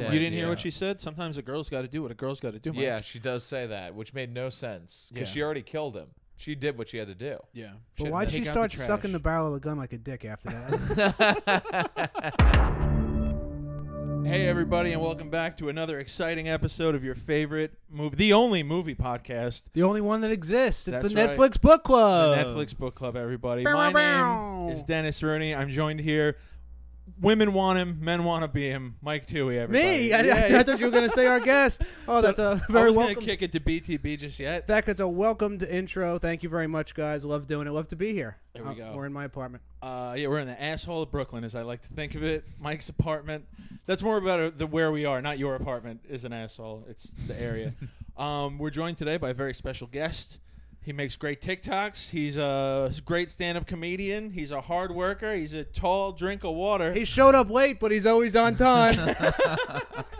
You Dead, didn't hear yeah. what she said? Sometimes a girl's got to do what a girl's got to do. Mike. Yeah, she does say that, which made no sense because Yeah. she already killed him. She did what she had to do. Yeah. But had to why'd she take out start trash. sucking the barrel of the gun like a dick after that? Hey, everybody, and welcome back to another exciting episode of your favorite movie, the only movie podcast, the only one that exists. It's the That's right. Netflix Book the Club. Netflix Book Club, everybody. Oh. Bow, My bow, bow. name is Dennis Rooney. I'm joined here. Women want him, men want to be him. Mike Toohey, everybody. Me? I, I- Yeah, I, yeah. thought you were going to say our guest. Oh, that's a I very was going welcome. to kick it to BTB just yet. That is a welcomed intro. Thank you very much, guys. Love doing it. Love to be here. There we Uh, go. We're in my apartment. Uh, yeah, we're in the asshole of Brooklyn, as I like to think of it. Mike's apartment. That's more about uh the where we are, not your apartment is an asshole. It's the area. um, we're joined today by a very special guest. He makes great TikToks. He's a great stand-up comedian. He's a hard worker. He's a tall drink of water. He showed up late, but he's always on time.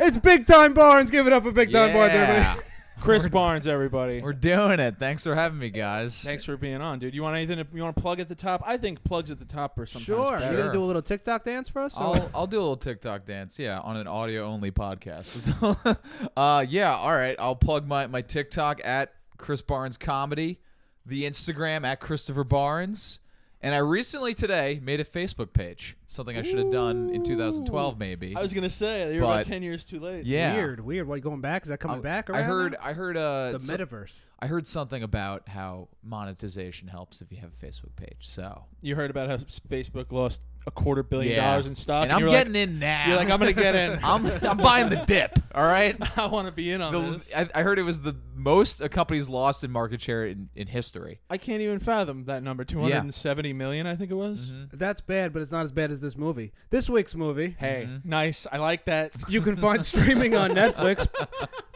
it's Big Time Barnes. Give it up for Big Time Barnes, everybody. Chris Barnes, everybody. We're doing it. Thanks for having me, guys. Thanks for being on, dude. You want anything? To, you want to plug at the top? I think plugs at the top are sometimes Sure. better. You Oh, going Sure. to do a little TikTok dance for us? or- I'll, I'll do a little TikTok dance, yeah, on an audio only podcast. So, uh, yeah, all right. I'll plug my, my TikTok at Chris Barnes Comedy, the Instagram at Christopher Barnes, and I recently today made a Facebook page, something I should have done in 2012, maybe. I was gonna say you're about But- ten years too late. yeah, Weird, weird. What, you going back? Is that coming I, back? I around heard. now? I heard. Uh, the so- metaverse. I heard something about how monetization helps if you have a Facebook page. So You heard about how Facebook lost a quarter billion Yeah. dollars in stock, and, I'm you're like, getting in now. You're like, I'm gonna get in. I'm, I'm buying the dip. All right. I want to be in on The, this. I, I, I heard it was the most a company's lost in market share in, in history. can't even fathom that number. Two hundred and seventy million, I think it was. That's bad, but it's not as bad as this movie. This week's movie Hey, nice. I like that. you can find streaming on Netflix,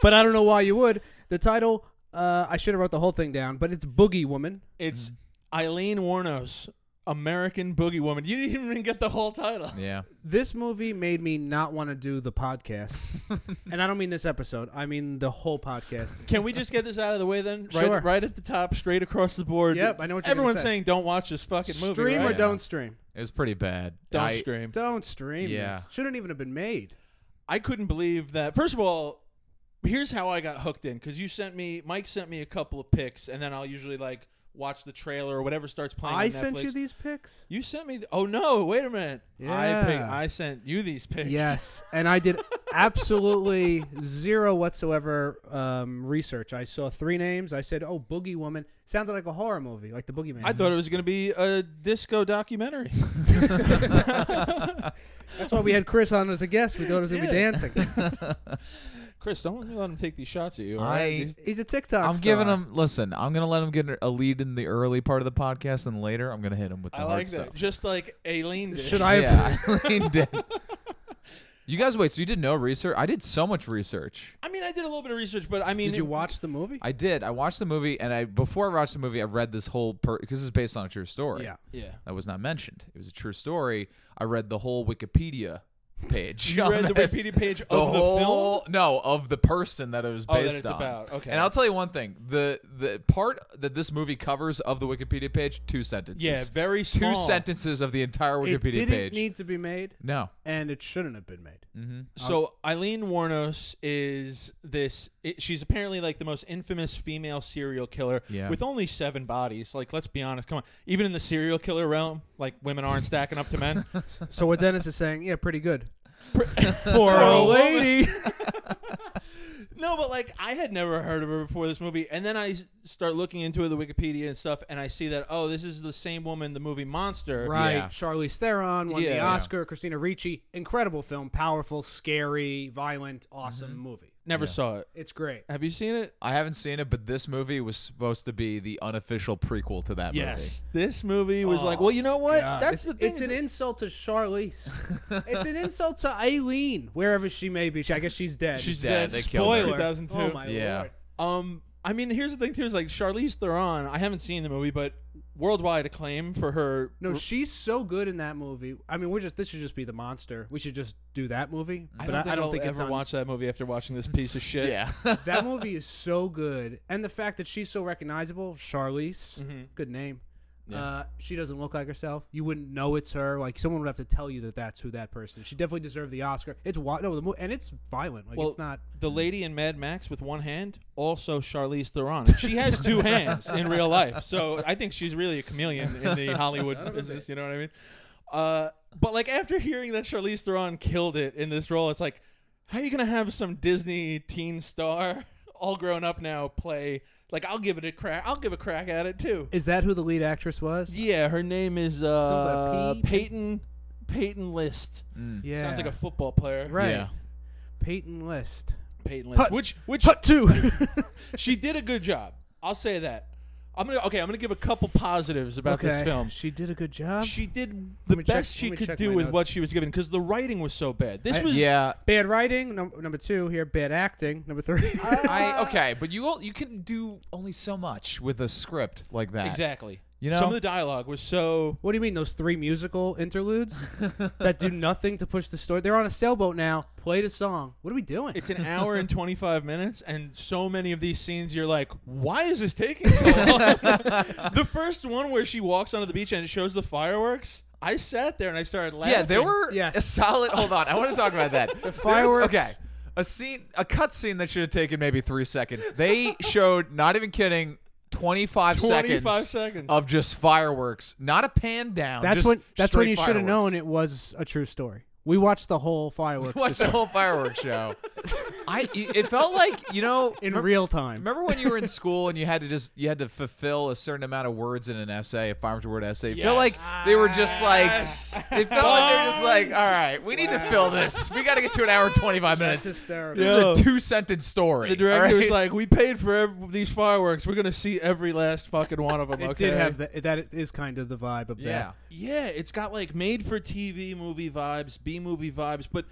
but I don't know why you would. The title, uh, I should have wrote the whole thing down, but it's Boogie Woman. It's Eileen Warnos, American Boogie Woman. You didn't even get the whole title. Yeah. This movie made me not want to do the podcast, and I don't mean this episode. I mean the whole podcast. Can we just get this out of the way then? Right, Sure. right at the top, straight across the board. Yep, I know what you're gonna Everyone's say. saying don't watch this fucking movie. stream right? or don't stream. It was pretty bad. Don't I- scream. Don't stream. Yeah. this. shouldn't even have been made. I couldn't believe that. First of all, here's how I got hooked in because you sent me, Mike sent me a couple of picks, and then I'll usually like watch the trailer or whatever starts playing. I on sent Netflix. you these pics. You sent me. th- oh no! Wait a minute. I pick, Yeah. I sent you these pics. Yes, and I did absolutely zero whatsoever um, research. I saw three names. I said, "Oh, Boogie Woman sounded like a horror movie, like the Boogeyman." I thought it was going to be a disco documentary. That's why we had Chris on as a guest. We thought it was gonna be Yeah. dancing. Chris, don't let me let him take these shots at you. all I- right? These- He's a TikTok. I'm star. giving him. Listen, I'm gonna let him get a lead in the early part of the podcast, and later I'm gonna hit him with the I hard like that. stuff. Just like Aileen did. Should I have- yeah, I leaned in. You guys, wait. So you did no research? I did so much research. I mean, I did a little bit of research, but I mean, Did you watch the movie? I did. I watched the movie, and I before I watched the movie, I read this whole because this is based on a true story. Yeah. Yeah. that was not mentioned. It was a true story. I read the whole Wikipedia page. You on read the this. Wikipedia page of the film? whole- No, of the person that it was Oh, that based it's on. about. Okay. And I'll tell you one thing: the the part that this movie covers of the Wikipedia page, two sentences. Yeah, very two small. sentences of the entire it Wikipedia didn't page. need to be made, no. and it shouldn't have been made. So Eileen Warnos is this. It, she's apparently like the most infamous female serial killer Yeah. with only seven bodies. Like, let's be honest. Come on. Even in the serial killer realm, like women aren't stacking up to men. So what Dennis is saying, yeah, pretty good For a woman. lady. No, but like I had never heard of her before this movie, and then I s- start looking into the Wikipedia and stuff, and I see that oh, this is the same woman, the movie Monster. Right, Yeah. Charlize Theron won Yeah. the Yeah. Oscar. Christina Ricci, incredible film, powerful, scary, violent, awesome movie. Never saw it. It's great. Have you seen it? I haven't seen it, but this movie was supposed to be the unofficial prequel to that Yes. This movie was like, well, you know what? That's the thing. It's is an that- insult to Charlize. it's an insult to Eileen, wherever she may be. She- I guess she's dead. she's dead. dead. They killed her. Spoiler. 2002. Oh my Yeah. lord. Um, I mean, here's the thing too: is like Charlize Theron. I haven't seen the movie, but worldwide acclaim for her. No, she's so good in that movie. I mean, we're just this should just be the monster. We should just do that movie. I But don't think I, will it's ever on- watch that movie after watching this piece of shit. movie. Yeah. that movie is so good, and the fact that she's so recognizable, Charlize, good name. Mm-hmm. Yeah. Uh, she doesn't look like herself. You wouldn't know it's her. Like someone would have to tell you that that's who that person. is. She definitely deserved the Oscar. It's wild. No, the mo- and it's violent. Like Well, it's not. the lady in Mad Max with one hand, also Charlize Theron. She has two hands in real life, so I think she's really a chameleon in the Hollywood business. You know what I mean? Uh, but like after hearing that Charlize Theron killed it in this role, it's like, how are you gonna have some Disney teen star, all grown up now, play? Like I'll give it a crack. I'll give a crack at it too. Is that who the lead actress was? Yeah, her name is about uh, P- Peyton Peyton List. Yeah. Sounds like a football player. right. Yeah. Peyton List. Peyton List. Hut- Which which Cut two. she did a good job. I'll say that. I'm gonna okay. I'm gonna give a couple positives about this Okay. film. She did a good job. She did Let the me check- best she let me could check do my with notes. what she was given because the writing was so bad. This I- was yeah. bad writing. Num- number two here. Bad acting. Number three. Uh, I okay, but you all, you can do only so much with a script like that. exactly. You know? some of the dialogue was so What do you mean those three musical interludes that do nothing to push the story? They're on a sailboat now. Play the song. What are we doing? It's an hour and 25 minutes, and so many of these scenes, you're like, why is this taking so long? the first one where she walks onto the beach and it shows the fireworks, I sat there and I started laughing. Yeah, there were Yes. a solid. Hold on, I want to talk about that. the fireworks. okay, a scene, a cut scene that should have taken maybe three seconds. They showed, not even kidding, twenty five 25 seconds. of just fireworks, not a pan down. that's just when. That's when straight you should have known fireworks. it was a true story. We watched the whole fireworks Watch the whole fireworks show. I. It felt like you know in remember- real time. Remember when you were in school and you had to just you had to fulfill a certain amount of words in an essay, a farm to word essay? Feel like they were just like Yes. they felt like they were just like, all right, we need to fill this. We got to get to an hour and twenty five minutes. This hysterical. is Yo. a two sentence story. The director all was right? like, "We paid for ev these fireworks. We're gonna see every last fucking one of them." It okay? did have that. That is kind of the vibe of yeah, that. Yeah, it's got like made-for-TV movie vibes, B movie vibes. But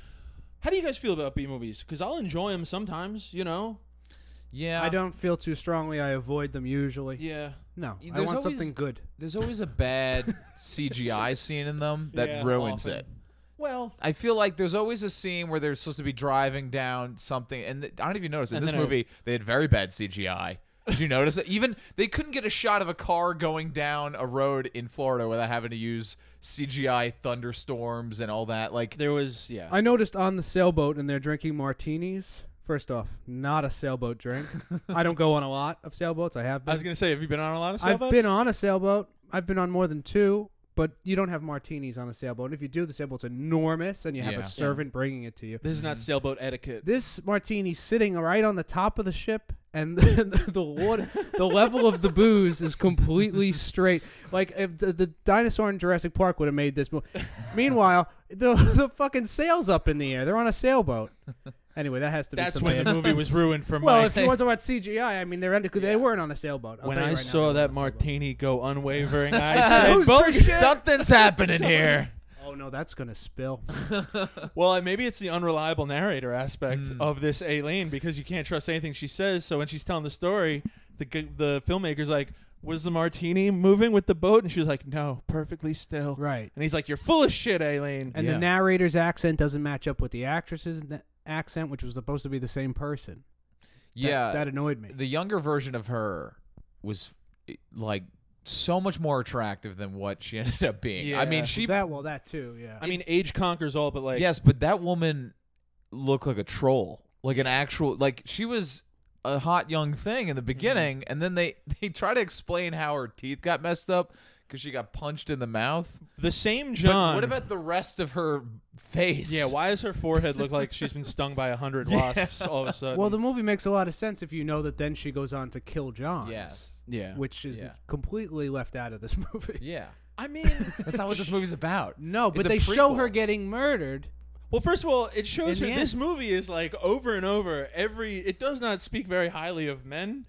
how do you guys feel about B movies? Because I'll enjoy them sometimes. You know. yeah. I don't feel too strongly. I avoid them usually. Yeah. No, I There's want always- something good. There's always a bad CGI scene in them that Yeah, ruins often. it. Well, I feel like there's always a scene where they're supposed to be driving down something, and th- I don't even notice in And this then it- movie they had very bad CGI. Did you notice it? Even they couldn't get a shot of a car going down a road in Florida without having to use CGI thunderstorms and all that. Like, there was yeah. I noticed on the sailboat and they're drinking martinis. First off, not a sailboat drink. I don't go on a lot of sailboats. I have I been. was gonna say, have you been on a lot of I've sailboats? been on a sailboat. I've been on more than two, but you don't have martinis on a sailboat. And if you do, the sailboat's enormous, and you have Yeah. a servant bringing it to you. This is Mm-hmm. not sailboat etiquette. This martini sitting right on the top of the ship, and the, the water, the level of the booze is completely straight. Like if the, the dinosaur in Jurassic Park would have made this move. Meanwhile, the the fucking sail's up in the air. They're on a sailboat. Anyway, that has to be That's something. when the movie was ruined for Well, my- if you want to watch CGI, I mean, they're under, they weren't on a sailboat. I'll when tell you I right now, saw they weren't that on a sailboat. martini go unwavering, I said, Who's "Bullshit." drinking something's happening here. Oh no, that's gonna spill. Well, and maybe it's the unreliable narrator aspect of this Aileen because you can't trust anything she says. So when she's telling the story, the g- the filmmaker's like, "Was the martini moving with the boat?" And she was like, "No, perfectly still." Right. And he's like, "You're full of shit, Aileen." And Yeah. the narrator's accent doesn't match up with the actress's na- accent, which was supposed to be the same person. That- Yeah, That, annoyed me. the younger version of her was like so much more attractive than what she ended up being. I Yeah. mean, she that well, that too. Yeah. I mean, age conquers all, but like, yes, but that woman looked like a troll, like an actual like she was a hot young thing Mm-hmm. in the beginning, and then they they try to explain how her teeth got messed up because she got punched in the mouth. the same But John. what about the rest of her face? Yeah, why does her forehead look like she's been stung by a hundred wasps all of a sudden? well, the movie makes a lot of sense if you know that then she goes on to kill John. Yes. yeah, Which is Yeah. completely left out of this movie. Yeah. I mean, That's not what this movie's about. No, but It's a they show her prequel. getting murdered. well, first of all, it shows In her the this movie is like over and over. Every it does not speak very highly of men.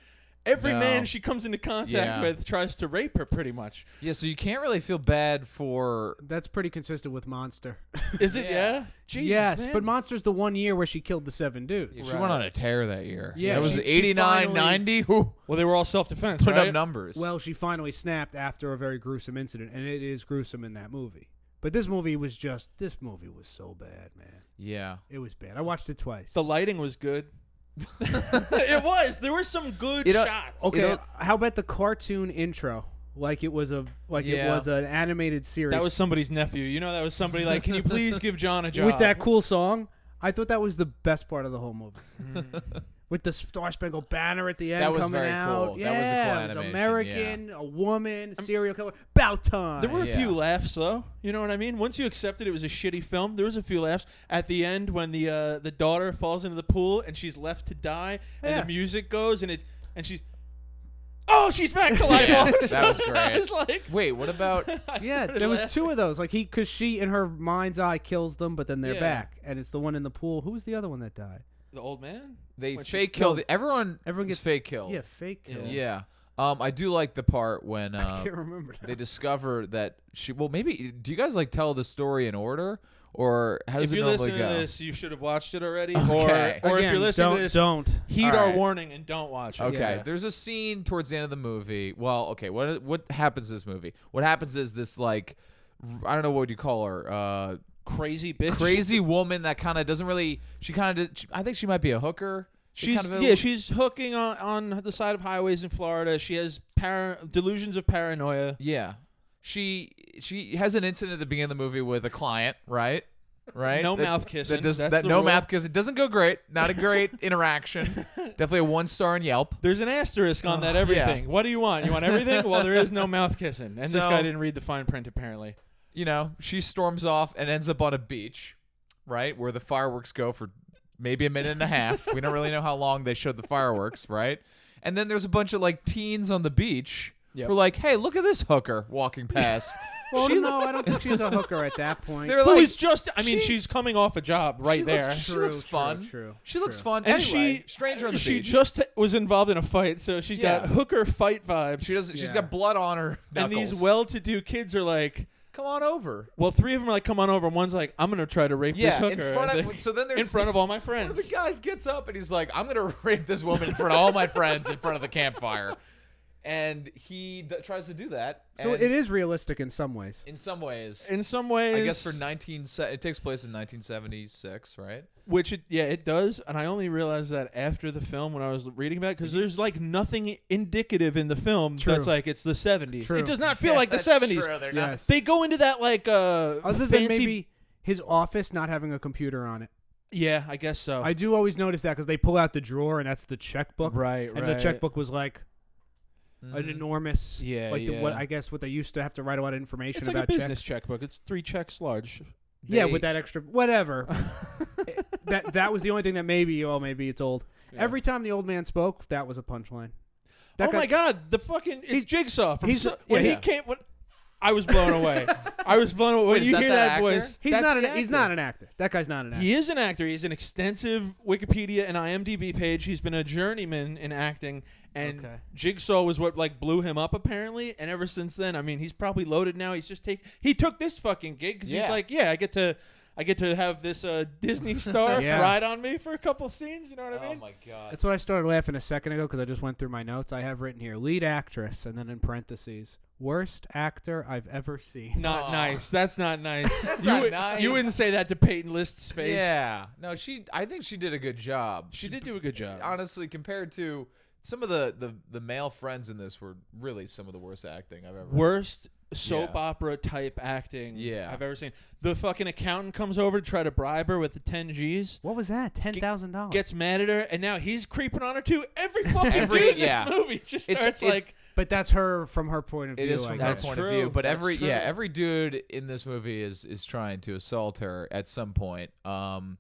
Every No. man she comes into contact Yeah. with tries to rape her, pretty much. Yeah, so you can't really feel bad for That's pretty consistent with Monster. Is it? Yeah. Yeah. Jesus, yes, man. but Monster's the one year where she killed the seven dudes. she went on a tear that year. Yeah, That was she- the she 89, finally- 90. Who well, they were all self-defense. put right? up numbers. Well, she finally snapped after a very gruesome incident, and it is gruesome in that movie. But this movie was just this movie was so bad, man. yeah. It was bad. I watched it twice. The lighting was good. it was. There were some good You know- shots. okay, You know- how about the cartoon intro like it was a like it Yeah. was an animated series That was somebody's nephew. You know, that was somebody like, can you please give John a job? with that cool song. I thought that was the best part of the whole movie. With the Star Spangled Banner at the end That was coming very out, cool. yeah, That was a cool it was animation, American, a woman, serial killer, bout time. There were a Yeah. few laughs though. You know what I mean? Once you accepted it was a shitty film, there was a few laughs at the end when the uh, the daughter falls into the pool and she's left to die, and Yeah. the music goes and it and she's oh she's back to life. Yeah, also. that was great. I was like, Wait, what about? I yeah, started there was laughing. two of those. Like he, because she in her mind's eye kills them, but then they're Yeah. back, and it's the one in the pool. Who was the other one that died? The old man. They Which- fake kill. the- everyone. Everyone Everyone gets gets- fake killed. Yeah, fake kill. Yeah. Yeah. Um, I do like the part when I uh, can't remember. they discover that she. Well, maybe do you guys like tell the story in order, or how does If it you're normally listening go? to this, you should have watched it already. Okay. Or, or if Again, you're listening don't, to this, don't. heed All our right. warning and don't watch it. Okay, Yeah. there's a scene towards the end of the movie. Well, okay, what what happens in this movie? What happens is this like r- I don't know what would you call her. Uh, Crazy bitch. crazy woman that kind of doesn't really. She kind of. I think she might be a hooker. She She's kind of a- yeah, she's hooking on on the side of highways in Florida. She has para- delusions of paranoia. yeah. She she has an incident at the beginning of the movie with a client, right? Right. No That- mouth That, kissing. does, That's that the no rule. mouth kissing. It doesn't go great. Not a great interaction. Definitely a one star in Yelp. There's an asterisk on that Uh, yeah. everything. What do you want? You want everything? well, there is no mouth kissing, and this So- guy didn't read the fine print apparently. you know, she storms off and ends up on a beach, right? Where the fireworks go for maybe a minute and a half. we don't really know how long they showed the fireworks, right? And then there's a bunch of like teens on the beach Yep. who are like, hey, look at this hooker walking past. Well, no, I don't think she's a hooker at that point. They're Who like, is just? I mean, she- she's coming off a job right she there. Looks, she True, looks true, fun. true, she looks true. fun. and Anyway, she stranger on the she beach. just was involved in a fight, so she's Yeah. got hooker fight vibes. she doesn't. She's Yeah. got blood on her And knuckles. these well-to-do kids are like, come on over. well, three of them are like, come on over. And one's like, I'm gonna try to rape this Yeah, in hooker. front And of. So then they- there's in front of all my friends. One of the guys gets up and he's like, "I'm gonna rape this woman in front of all my friends in front of the campfire," and he d- tries to do that. So and it is realistic in some ways. in some ways. in some ways, I guess for 19, se- it takes place in 1976, right? Which it, yeah, it does, and I only realized that after the film when I was reading about because there's like nothing indicative in the film True. that's like it's the 70s. True. It does not feel like the 70s. They're Yes. They go into that like uh Other than fancy, maybe his office not having a computer on it. yeah, I guess so. I do always notice that because they pull out the drawer and that's the checkbook. right, Mm. And the checkbook was like an Mm. enormous, Yeah, like The, what yeah. I guess what they used to have to write a lot of information It's like about a business checks. checkbook. It's three checks large. Yeah, They- with that extra whatever. It- that that was the only thing that maybe oh maybe it's old. Every time the old man spoke, that was a punchline. That oh guy- my god, the fucking it's He's- Jigsaw from he's- so, when yeah. he came when I was blown away. I was blown away when Wait, is you that hear the that actor? voice. He's that's not an the he's actor. not an actor. That guy's not an actor. He is an actor. He has an extensive Wikipedia and IMDb page. He's been a journeyman in acting, and Okay. Jigsaw was what like blew him up apparently. And ever since then, I mean, he's probably loaded now. He's just take he took this fucking gig because Yeah. he's like, yeah, I get to. I get to have this uh, Disney star Yeah. ride on me for a couple scenes. You know what I Oh mean? my god! That's what I started laughing a second ago because I just went through my notes. I have written here lead actress and then in parentheses worst actor I've ever seen. Not Aw. nice. That's not nice. That's you not would- nice. You wouldn't say that to Peyton List's face. Yeah, no, she. I think she did a good job. she did do a good job. honestly, compared to some of the the the male friends in this, were really some of the worst acting I've ever. worst soap Yeah. opera type acting Yeah. I've ever seen. The fucking accountant comes over to try to bribe her with the 10 G's, What was that? Ten thousand dollars. gets mad at her, and now he's creeping on her too. Every fucking Every- dude in yeah. this movie just It's- starts it- like, But that's her from her point of view. It is I from her guess. That's point of true. view, but That's every true. yeah, every dude in this movie is is trying to assault her at some point. Um,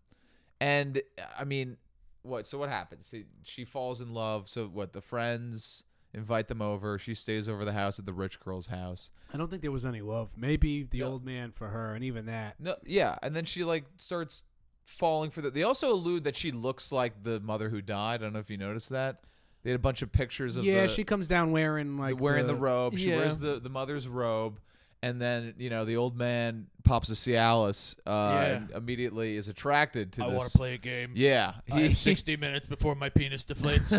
and I mean, what? So what happens? She- She falls in love. So what? The friends invite them over. She stays over the house at the rich girl's house. I don't think there was any love. Maybe the No. old man for her, and even that. No, yeah, and then she like starts falling for the. They also allude that she looks like the mother who died. I don't know if you noticed that. They had a bunch of pictures of yeah, the, she comes down wearing like wearing the, robe. She Yeah. wears the, the mother's robe, and then you know the old man pops a Cialis. Uh, Yeah. and immediately is attracted to I this. want to play a game. Yeah, I have 60 minutes before my penis deflates.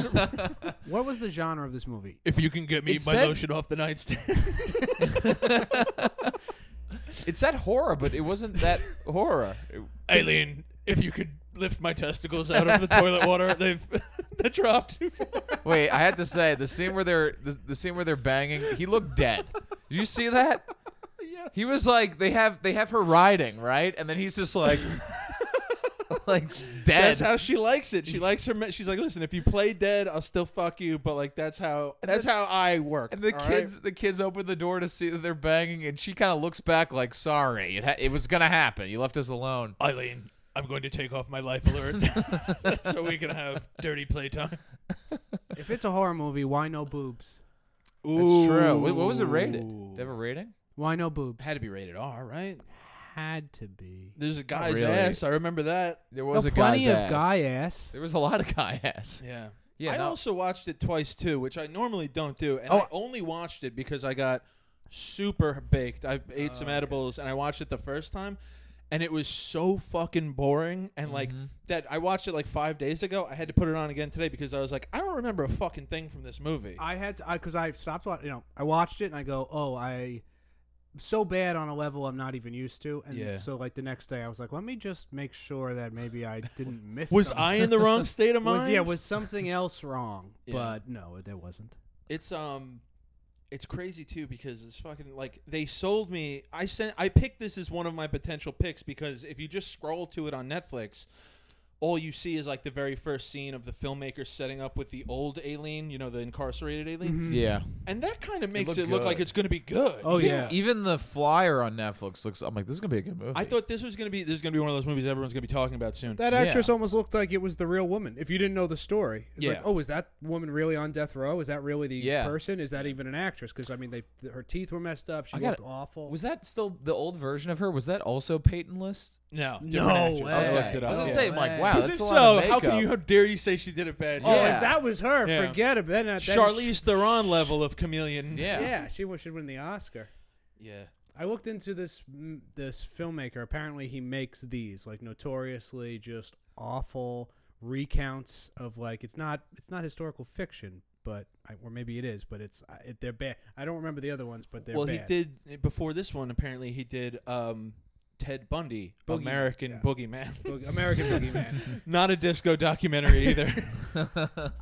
What was the genre of this movie? if you can get me It my said- lotion off the nightstand. it said horror, but it wasn't that horror. It- Eileen, if you could lift my testicles out of the toilet water, they've. that dropped too far. Wait, I had to say the scene where they're the, the scene where they're banging. He looked dead. Did you see that? Yeah. He was like they have they have her riding right, and then he's just like like dead. That's how she likes it. She likes her. Me- she's like, listen, if you play dead, I'll still fuck you. But like, that's how. That's how I work. and the all right? kids the kids open the door to see that they're banging, and she kind of looks back like sorry, it ha- it was gonna happen. You left us alone. Eileen, I'm going to take off my life alert so we can have dirty playtime. If it's a horror movie, why no boobs? That's true. Wait, what was it rated? Did it have a rating? Why no boobs? Had to be rated R, right? Had to be. There's a guy's really. ass. I remember that. There was No, a guy's Oh, plenty of ass. guy ass. There was a lot of guy ass. Yeah. Yeah, I no- also watched it twice too, which I normally don't do, and I Oh. only watched it because I got super baked. I ate Oh, some edibles, and I watched it the first time, and it was so fucking boring. And like Mm-hmm. that, I watched it like five days ago. I had to put it on again today because I was like, I don't remember a fucking thing from this movie. I had to, I because I stopped watching. You know, I watched it and I go, oh, I so bad on a level I'm not even used to. And Yeah. so like the next day, I was like, let me just make sure that maybe I didn't miss. was something. I in the wrong state of mind? Was, yeah, was something else wrong? Yeah. But no, there wasn't. It's um it's crazy too because it's fucking like they sold me I sent I picked this as one of my potential picks because if you just scroll to it on Netflix all you see is like the very first scene of the filmmaker setting up with the old Aileen, you know, the incarcerated Aileen. Yeah. And that kind of makes looked it, look good. like it's going to be good. Mm-hmm. Oh Even- yeah. Even the flyer on Netflix looks. I'm like, this is gonna be a good movie. I thought this was going to be this is going to be one of those movies everyone's going to be talking about soon. That Yeah. actress almost looked like it was the real woman. If you didn't know the story, it's Yeah. like, oh, is that woman really on death row? Is that really the Yeah. person? Is that even an actress? Because I mean, they th- her teeth were messed up. She I looked gotta- awful. Was that still the old version of her? Was that also Peyton List? no. different No actress. way. I looked Okay. it I up. was gonna yeah. say, I'm like, Yeah. wow, Because that's if a lot so, of how makeup. can you how dare you say she did a bad oh, job? Yeah. if that was her, Yeah. forget about it. Then Charlize Theron level of chameleon. Yeah. Yeah, she w- should win the Oscar. Yeah. I looked into this m- this filmmaker. Apparently, he makes these like notoriously just awful recounts of like it's not it's not historical fiction, but I, or maybe it is, but it's I- it, they're bad. I don't remember the other ones, but they're well, bad. he did before this one. Apparently, he did um, Ted Bundy, Boogeyman, American yeah. Boogeyman. Boog- American Boogeyman. Not a disco documentary either.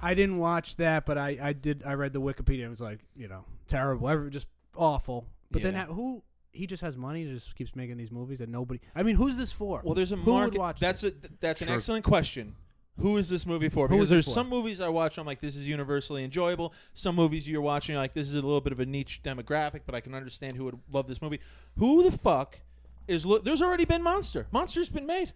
I didn't watch that, but I, I did. I read the Wikipedia. and It was like you know terrible, every, just awful. But then Yeah. ha- who? He just has money. Just keeps making these movies that nobody. I mean, who's this for? well, there's a who market. would watch that's this? a th- that's an Sure. excellent question. Who is this movie for? Who Because is it there's for? some movies I watch. I'm like, this is universally enjoyable. Some movies you're watching, you're like, this is a little bit of a niche demographic, but I can understand who would love this movie. Who the fuck is? Lo- there's already been Monster. Monster's been made.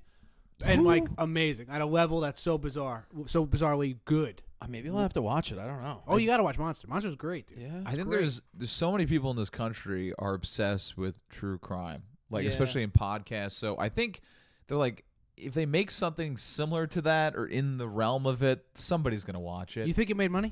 and Who- like amazing at a level that's so bizarre, so bizarrely good. Uh, maybe I'll have to watch it. I don't know. Oh, you gotta watch Monster. Monster's great, dude. yeah. I think great. there's there's so many people in this country are obsessed with true crime, like Yeah. especially in podcasts. So I think they're like, if they make something similar to that or in the realm of it, somebody's gonna watch it. You think it made money?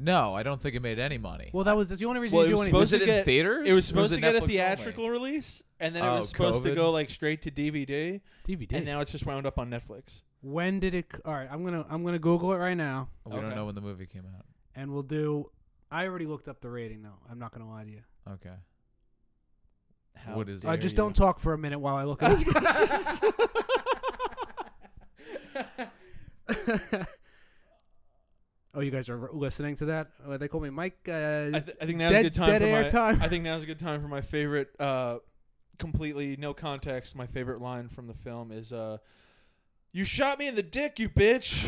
no, I don't think it made any money. Well, that was that's the only reason Well, you it do anything. was supposed was to it get- in theaters? It was Or supposed it to get a Netflix only? theatrical release, and then it Oh, was supposed to COVID. go like straight to DVD, DVD. and now it's just wound up on Netflix. when did it? c- All right, I'm gonna I'm gonna Google it right now, We Okay. don't know when the movie came out. and we'll do. I already looked up the rating though. I'm not gonna lie to you. Okay. What is Uh, Dare just don't talk for a minute while I look I it was gonna say- up. oh, you guys are listening to that? Uh, they call me Mike. Uh, I, th- I think now's Dead- a good time dead for air my. time. I think now's a good time for my favorite, uh, completely no context. My favorite line from the film is, uh, "You shot me in the dick, you bitch."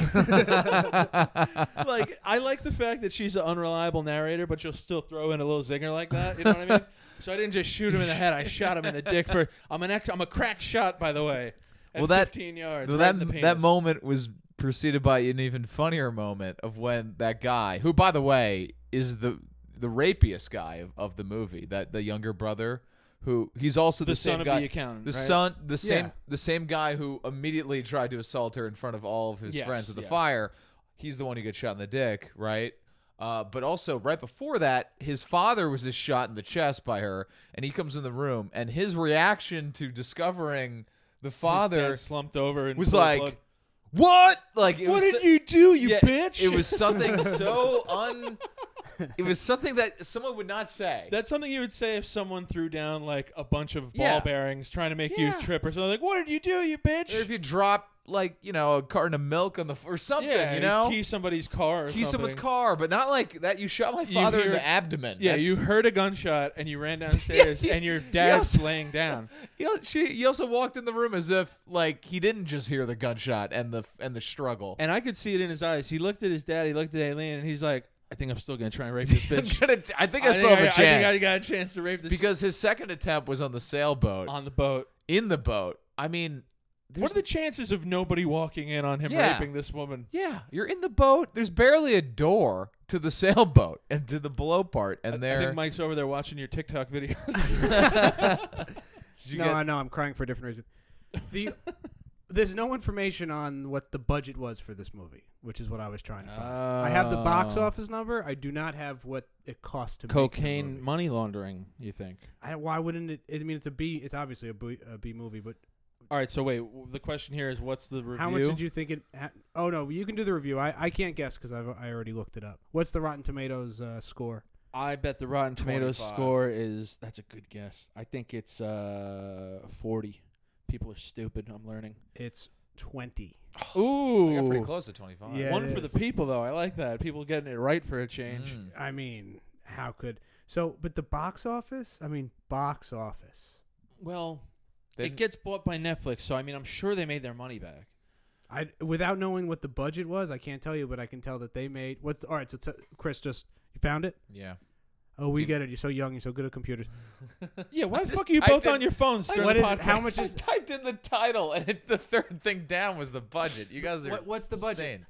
like I like the fact that she's an unreliable narrator, but you'll still throw in a little zinger like that. You know what I mean? So I didn't just shoot him in the head. I shot him in the dick for. I'm an ex. I'm a crack shot, by the way. At Well, that- 15 yards. Well, right that in the m- penis. that moment was preceded by an even funnier moment of when that guy, who by the way is the the rapiest guy of, of the movie, that the younger brother, who he's also the, The same son of guy, the accountant, the right? son, the same Yeah. the same guy who immediately tried to assault her in front of all of his Yes, friends at the yes. fire. He's the one who gets shot in the dick, right? Uh, but also right before that, his father was just shot in the chest by her, and he comes in the room, and his reaction to discovering the His father dad slumped over and was pulled like, blood. "What? Like, it was "What did so- you do, you yeah, bitch?" It was something so un. It was something that someone would not say. That's something you would say if someone threw down like a bunch of ball Yeah. bearings trying to make Yeah. you trip or something. Like, what did you do, you or if bitch? you drop like you know a carton of milk on the f- or something. yeah, you know, key somebody's car. Or key someone's something. car, but not like that. You shot my father in hear- the abdomen. Yeah, That's- you heard a gunshot and you ran downstairs yeah. and your dad's Yes. laying down. You know, She he also walked in the room as if like he didn't just hear the gunshot and the and the struggle. And I could see it in his eyes. He looked at his dad, he looked at Aileen, and he's like, I think I'm still going to try and rape this I'm bitch. gonna- I think I, still have a I think I chance got a chance to rape this because his second attempt was on the sailboat on the boat. in the boat. I mean, What are the chances of nobody walking in on him Yeah. raping this woman? yeah. you're in the boat. There's barely a door to the sailboat and to the below part, and I there. think Mike's over there watching your TikTok videos. you no, get- I know. I'm crying for a different reason. The there's no information on what the budget was for this movie, which is what I was trying to find. Uh, I have the box Oh. office number. I do not have what it cost to Make the Cocaine movie. money laundering, you think? I, why wouldn't it? I mean, it's a B. It's obviously a B, a B movie, but All right, so wait. w- The question here is what's the review? how much did you think it? Ha- oh no, you can do the review. I, I can't guess because I've I already looked it up. What's the Rotten Tomatoes uh, score? I bet the Rotten Tomatoes 25. score is that's a good guess. I think it's uh 40. People are stupid, I'm learning. It's twenty. Ooh. I got pretty close to 25. Yeah. One it for the is. people though. I like that. People getting it right for a change. Mm. I mean, how could so? But the box office. I mean, box office. Well, Then- it gets bought by Netflix, so I mean, I'm sure they made their money back. I without knowing what the budget was, I can't tell you, but I can tell that they made what's all right. So t- Chris, just you found it. yeah. Oh, we Dude. get it. You're so young. You're so good at computers. Yeah, why the just fuck are you typed both on in- your phones during what the is podcast? it? How much I is? typed in the title, and the third thing down was the budget. You guys are What, what's the budget? insane.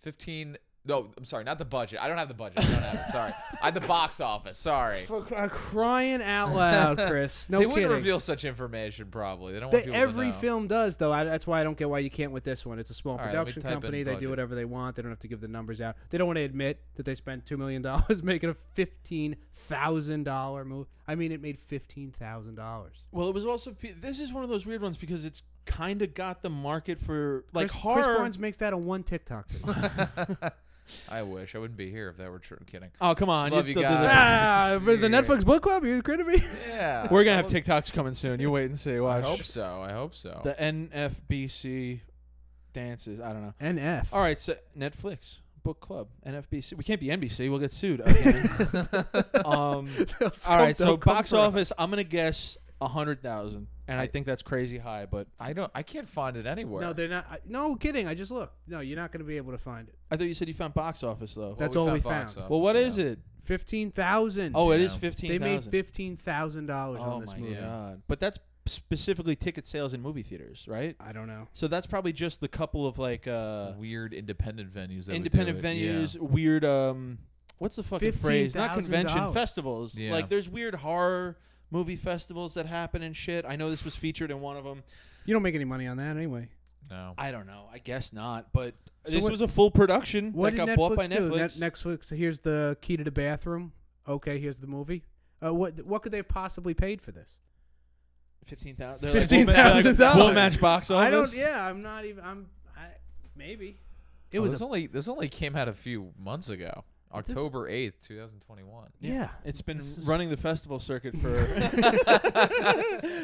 Fifteen. No, I'm sorry, not the budget. I don't have the budget. I don't have it. Sorry, I had the box office. Sorry. For uh, crying out loud, Chris. No they kidding. wouldn't reveal such information, probably. They don't They- want people every to know. film does, though. I, that's why I don't get why you can't with this one. It's a small All right, let me production type in company. They budget. do whatever they want. They don't have to give the numbers out. They don't want to admit that they spent two million dollars making a fifteen thousand dollar movie. I mean, it made fifteen thousand dollars. Well, it was also fe- this is one of those weird ones because it's kind of got the market for like Chris, Chris horror. Barnes makes that a one TikTok. video. I wish I wouldn't be here if that were true. I'm kidding. oh, come on, Love you you still do guys. that. ah, but the Netflix book club. You're kidding me? Yeah, We're gonna have TikToks coming soon. You wait and see. I Watch. hope so. I hope so. The NFBC dances. I don't know. NF. All right, so Netflix book club NFBC. We can't be NBC. We'll get sued. Okay. um, all right, so box office. I'm gonna guess a hundred thousand, and I, I- think that's crazy high. But I don't. I can't find it anywhere. No, they're not. I, no kidding. I just looked. No, you're not going to be able to find it. I thought you said you found box office though. That's all we box found. office, well, what yeah. is it? Fifteen thousand. Oh, it is Yeah. fifteen. they made fifteen thousand dollars Oh on this my movie. god! But that's specifically ticket sales in movie theaters, right? I don't know. So that's probably just the couple of like uh, Weird independent venues. That would do independent it. Yeah. venues, weird um, what's the fucking phrase? Not convention $15,000. festivals. Yeah. Like there's weird horror movie festivals that happen and shit. I know this was featured in one of them. You don't make any money on that anyway. No. I don't know. I guess not. But So this what- was a full production What that did got Netflix bought by do? Netflix. Net- Netflix. Here's the key to the bathroom. Okay, here's the movie. Uh, what what could they have possibly paid for this? Fifteen thousand. Fifteen $15,000. thousand dollars. We'll match box office. I don't. Yeah, I'm not even. I'm. I, maybe. It Oh, was. this a, only this only came out a few months ago. did- October eighth, two thousand twenty one. yeah. It's been This is- running the festival circuit for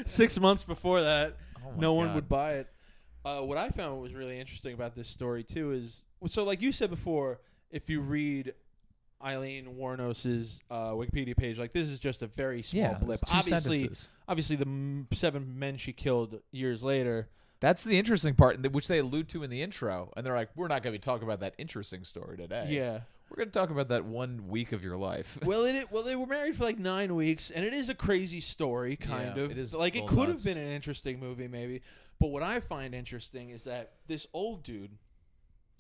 six months before that. Oh my no one God. would buy it. Uh, what I found was really interesting about this story too is so like you said before, if you read Eileen Warnos's uh, Wikipedia page, like this is just a very small Yeah, blip. it's two Obviously, sentences. obviously the m- seven men she killed years later. That's the interesting part, and th- which they allude to in the intro, and they're like, "We're not going to be talking about that interesting story today. Yeah. we're going to talk about that one week of your life." Well, it, it well they were married for like nine weeks, and it is a crazy story, kind Yeah, of. it is like a it little could have nuts. been an interesting movie, maybe. But what I find interesting is that this old dude,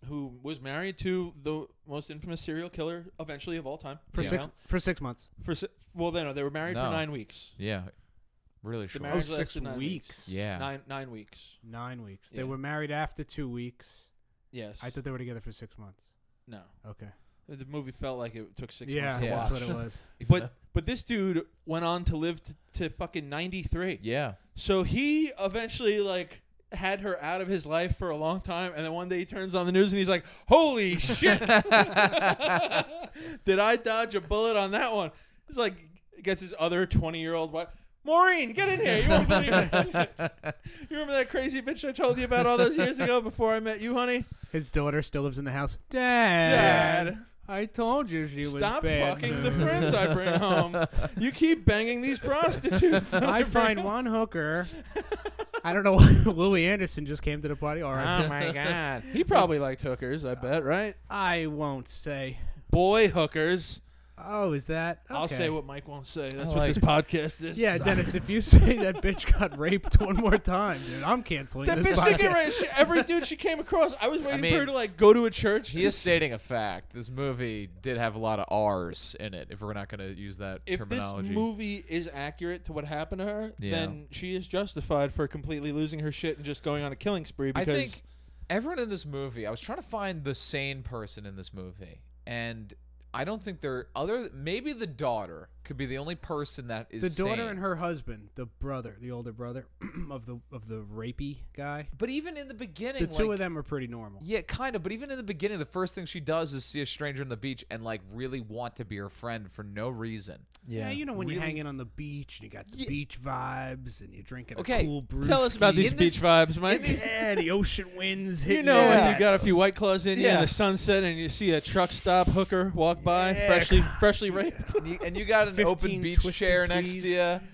who was married to the most infamous serial killer, eventually of all time, For you six know? for six months. for si- well, they no, they were married for No. nine weeks. yeah, really short. marriage- Ours Oh, six lasted nine weeks. weeks. yeah, Nine nine weeks. Nine weeks. Yeah. They were married after two weeks. Yes. I thought they were together for six months. no. Okay. The movie felt like it took six yeah, months to Yeah. that's watch. what it was. But but this dude went on to live t- to fucking ninety three. yeah, So he eventually like had her out of his life for a long time, and then one day he turns on the news and he's like, "Holy shit! Did I dodge a bullet on that one?" He's like, gets his other twenty-year-old wife. Maureen, get in here. You won't believe it. you remember that crazy bitch I told you about all those years ago before I met you, honey? His daughter still lives in the house. Dad, Dad. I told you she was Stop bad. fucking the friends I bring home. You keep banging these prostitutes. that I bring find home. one hooker. I don't know why Louis Anderson just came to the party. All right, Oh my god. He probably liked hookers, I bet, right? I won't say. Boy hookers. Oh, is that? I'll okay. say what Mike won't say. That's I what like- this podcast is. Yeah, Dennis, if you say that bitch got raped one more time, dude, I'm canceling That this bitch didn't podcast. get right. She, every dude she came across, I was waiting for her mean, to like go to a church. He is just- stating a fact. This movie did have a lot of R's in it. If we're not going to use that if this terminology, movie is accurate to what happened to her, Yeah. then she is justified for completely losing her shit and just going on a killing spree. I Because think everyone in this movie. I was trying to find the sane person in this movie, and I don't think there. Other maybe the daughter could be the only person that the is daughter sane. and her husband, the brother, the older brother of the of the rapey guy. But even in the beginning, The two like, of them are pretty normal. Yeah, kind of. But even in the beginning, the first thing she does is see a stranger on the beach and like really want to be her friend for no reason. Yeah, you know when you're Really- hanging on the beach and you got the Yeah. beach vibes and you're drinking Okay, a cool brew. Tell us about these In this- beach vibes, Mike. in these- Yeah, the ocean winds you hitting know your when you got a guts. few white claws in you Yeah. in the sunset and you see a truck stop hooker walk by, Yeah, freshly God, freshly yeah. raped. And you, and you got an 15 open beach twisted chair next to trees.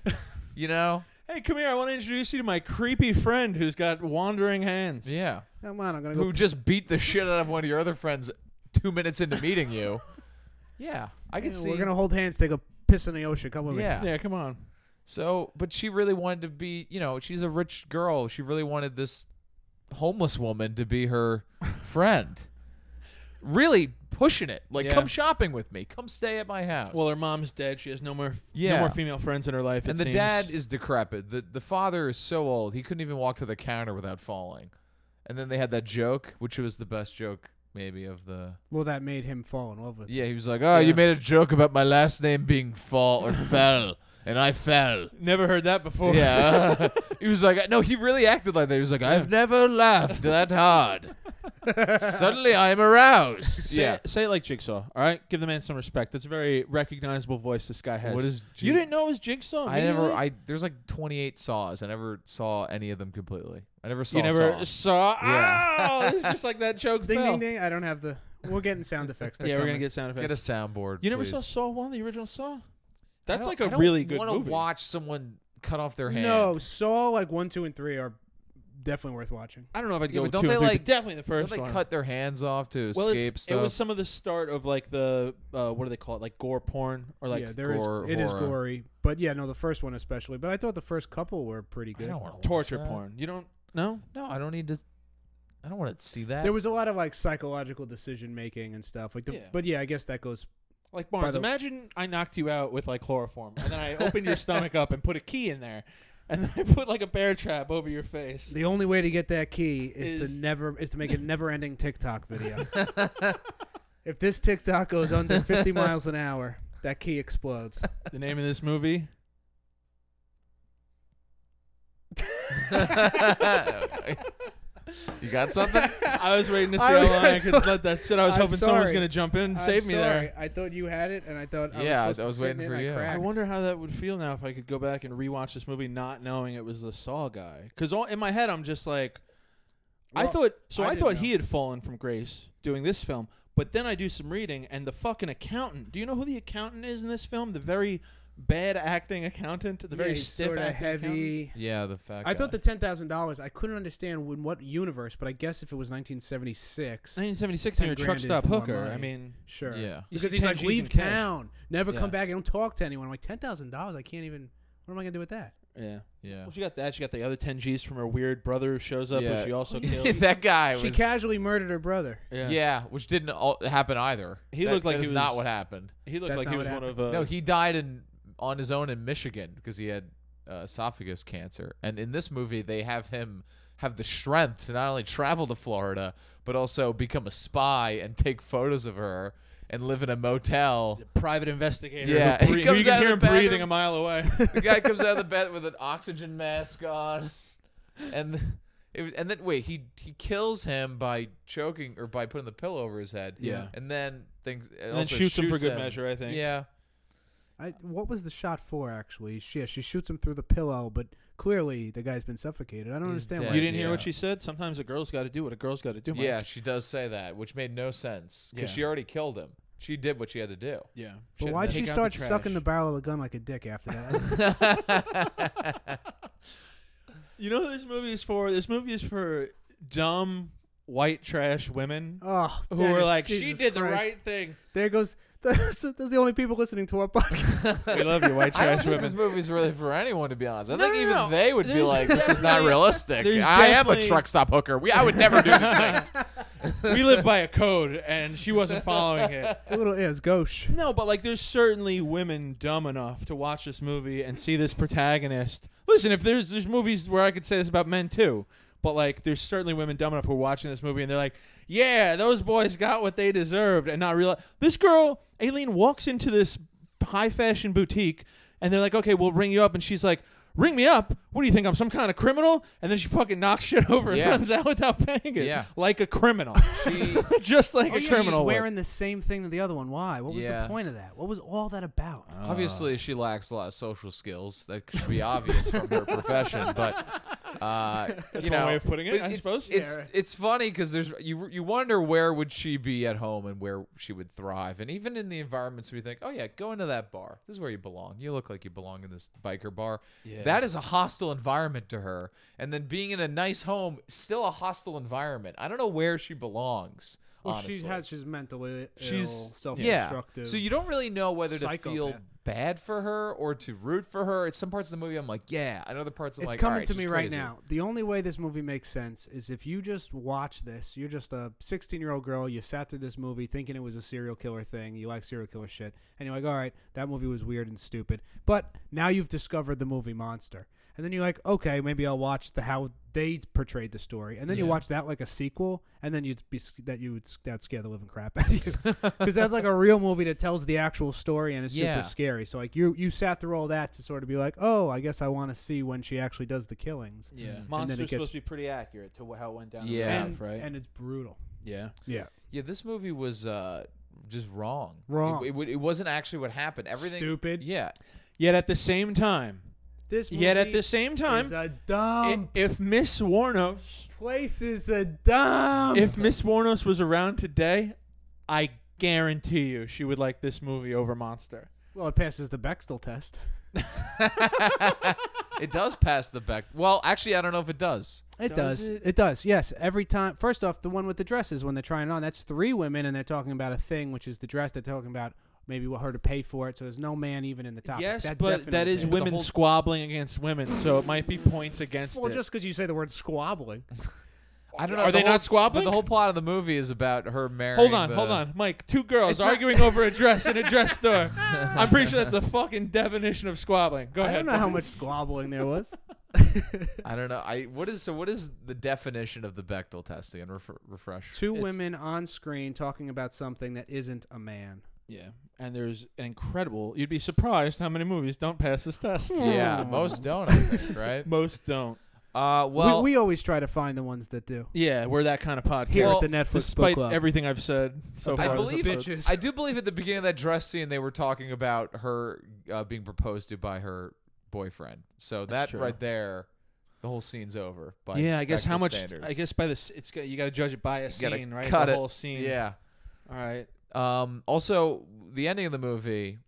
you. You know? Hey, come here. I want to introduce you to my creepy friend who's got wandering hands. Yeah. Come on, I'm gonna go. Who just beat the shit out of one of your other friends two minutes into meeting you. Yeah, I Yeah, could see. We're gonna hold hands, take a piss in the ocean. Come with me. yeah. Yeah, come on. So, but she really wanted to be, you know, she's a rich girl. She really wanted this homeless woman to be her friend. Really pushing it. Like, Yeah. come shopping with me. Come stay at my house. Well, her mom's dead. She has no more no Yeah. more female friends in her life. and it the seems. dad is decrepit. The the father is so old he couldn't even walk to the counter without falling. And then they had that joke, which was the best joke maybe of the. Well, that made him fall in love with. Yeah, he was like, "Oh, Yeah. you made a joke about my last name being fall or fell, and I fell." never heard that before. Yeah. he was like, no, he really acted like that. He was like, I've never laughed that hard. Suddenly I'm aroused. Say, it, say it like Jigsaw. All right, give the man some respect. That's a very recognizable voice this guy has. What is you Jig- didn't know it was Jigsaw? I never, immediately? I, there's like 28 saws. I never saw any of them completely. I never saw you never Saw. saw. Yeah. Oh, this is just like that joke. Ding fell. ding ding! I don't have the. We're getting sound effects. They're Yeah, we're coming. gonna get sound effects. Get a soundboard. you never please. saw Saw One, the original Saw? That's I like don't- a I don't really good wanna movie. watch someone cut off their hand. No, Saw like one, two, and three are definitely worth watching. I don't know if I'd Yeah, go but with don't two they, and three, but like- definitely the Don't first they one. cut their hands off to well, it's- escape stuff? it was some of the start of like the uh, what do they call it? Like gore porn or like yeah, there is. gore- It is horror. gory, but yeah, no, the first one especially. But I thought the first couple were pretty I good. don't wanna watch torture that. porn. You don't know? No, I don't need to. I don't want to see that. There was a lot of like psychological decision making and stuff. Like, the, Yeah. but yeah, I guess that goes. Like Barnes, the- imagine I knocked you out with like chloroform, and then I opened your stomach up and put a key in there, and then I put like a bear trap over your face. The only way to get that key is, Is- to never is to make a never ending TikTok video. if this TikTok goes under fifty miles an hour, that key explodes. The name of this movie? you got something? I was waiting to see I how was- long I could let that sit. I was I'm hoping someone was sorry. going to jump in and I'm save me sorry. there. I thought you had it, and I thought I was Yeah, supposed I to was sit in waiting it, for and I, you. I I cracked. wonder how that would feel now if I could go back and rewatch this movie not knowing it was the Saw guy. Because in my head, I'm just like, I Well, thought. So I I, didn't thought know. he had fallen from grace doing this film, but then I do some reading, and the fucking accountant. Do you know who the accountant is in this film? The very bad acting accountant, the very Yeah, stiff, sorta acting accountant? heavy. yeah, the fact. I thought the ten thousand dollars. I couldn't understand in what universe, but I guess if it was nineteen seventy six, 1976, Ten you're a grand truck is stop more hooker. money. I mean, sure. Yeah. You because see he's 10 like, G's in leave cash. town, never Yeah. come back. I don't talk to anyone. I'm like ten thousand dollars. I can't even. What am I gonna do with that? yeah. Yeah. Well, she got that. She got the other 10 G's from her weird brother who shows up, who Yeah. she also killed. that guy she was. casually murdered her brother. yeah. yeah. which didn't all, happen either. He That- looked like that he is not was- what happened. He looked That's like he not was what one of. Uh, no, he died in on his own in Michigan because he had uh, esophagus cancer. And in this movie, they have him have the strength to not only travel to Florida but also become a spy and take photos of her and live in a motel. private investigator. Yeah, who he bre- comes you can out of hear the him breathing bathroom. a mile away. the guy comes out of the bed with an oxygen mask on, and it was, and then wait, he he kills him by choking or by putting the pillow over his head. Yeah. and then things and, and then also shoots him for good him. measure. I think. Yeah, I, what was the shot for? Actually, she yeah, she shoots him through the pillow, but clearly the guy's been suffocated. I don't He's understand. dead. Why. You didn't hear Yeah. what she said? Sometimes a girl's got to do what a girl's got to do. Mike. Yeah, she does say that, which made no sense because Yeah. she alady killed him. She did what she had to do. Yeah. But Should've why'd she taken out start the trash. sucking the barrel of the gun like a dick after that? You know who this movie is for? This movie is for dumb white trash women oh, who there it were is. like, "She Jesus did the Christ. right thing." There goes. Those, those are the only people listening to our podcast. We love you, white I don't trash think this women. movie's really for anyone, to be honest. I No, think no, even no. they would be There's like, "This is not definitely- realistic. there's I am a definitely- truck stop hooker. We, I would never do these things." we live by a code, and she wasn't following it. the little is gauche. No, but like, there's certainly women dumb enough to watch this movie and see this protagonist. Listen, if there's there's movies where I could say this about men too, but like, there's certainly women dumb enough who are watching this movie and they're like, "Yeah, those boys got what they deserved," and not realize this girl, Aileen, walks into this high fashion boutique, and they're like, "Okay, we'll ring you up," and she's like. Ring me up. What do you think? I'm some kind of criminal? And then she fucking knocks shit over Yeah. and runs out without paying it. Yeah. Like a criminal. She, Just like Oh, a yeah, criminal. She's would. wearing the same thing that the other one. Why? What was Yeah. Oh, the point of that? What was all that about? Ah. obviously, she lacks a lot of social skills. That should be obvious from her profession, but uh, you one know, way of putting it, but I it's, suppose. It's Yeah. it's funny because there's you you wonder where would she be at home and where she would thrive, and even in the environments we think, oh yeah, go into that bar. This is where you belong. You look like you belong in this biker bar. That is a hostile environment to her, and then being in a nice home, still a hostile environment. I don't know where she belongs. Well, honestly. she has she's mentally She's- ill, Yeah. self-destructive. So you don't really know whether to feel Psychopath. bad for her or to root for her. At some parts of the movie, I'm like, yeah. At other parts, I'm It's like, coming all right, to she's me right crazy. now. The only way this movie makes sense is if you just watch this. You're just a 16 year old girl. You sat through this movie thinking it was a serial killer thing. You like serial killer shit. And you're like, all right, that movie was weird and stupid. But now you've discovered the movie Monster. And then you're like, okay, maybe I'll watch the how they portrayed the story. And then you Yeah. watch that like a sequel. And then you'd be s- that you would s- that'd scare the living crap out of you because that's like a real movie that tells the actual story and it's Yeah. super scary. So like you you sat through all that to sort of be like, oh, I guess I want to see when she actually does the killings. Yeah, Mhm. monster's gets- supposed to be pretty accurate to wh- how it went down. in Yeah. real and, life, right. and it's brutal. yeah, Yeah, Yeah, this movie was uh, just wrong. Wrong. It, it, wa- it wasn't actually what happened. Everything. stupid. Yeah. yet at the same time, This movie yet at the same time, is um, a i- dumb if Miss Warnos, place. Is a dumb. if Miss Warnos was around today, I guarantee you she would like this movie over Monster. well, it passes the Bechtel test. it does pass the Beck. Well, actually, I don't know if it does. It Does does. it? It? does. Yes. Every time. First off, the one with the dresses when they're trying it on. That's three women, and they're talking about a thing, which is the dress. They're talking about maybe what her to pay for it. So there's no man even in the top. yes, but that is women whole- squabbling against women, so it might be points against well, it. just because you say the word squabbling, I don't know. the Are they whole- not But squabbling? the whole plot of the movie is about her marrying. Hold on, the- hold on, Mike. Two girls It's not- arguing over a dress in a dress store. I'm pretty sure that's the fucking definition of squabbling. Go I ahead. don't know how much squabbling there was. I don't know. I what is so? What is the definition of the Bechtel test again? Ref, refresh. Two It's- women on screen talking about something that isn't a man. Yeah, and there's an incredible. You'd be surprised how many movies don't pass this test. Yeah, most don't. I think, right. most don't. Uh, We- well, we, always try to find the ones that do. Yeah, we're that kind of podcast. Here Well, at the Netflix despite book club. everything I've said so I far, this believe episode. I do believe at the beginning of that dress scene they were talking about her uh, being proposed to by her boyfriend. So That's that true. right there, the whole scene's over. By Yeah, I guess how Bechdel much? standards. I guess by this, it's got- you got to judge it by a gotta scene, right? cut the it. whole scene. Yeah. All right. Um. Also, the ending of the movie,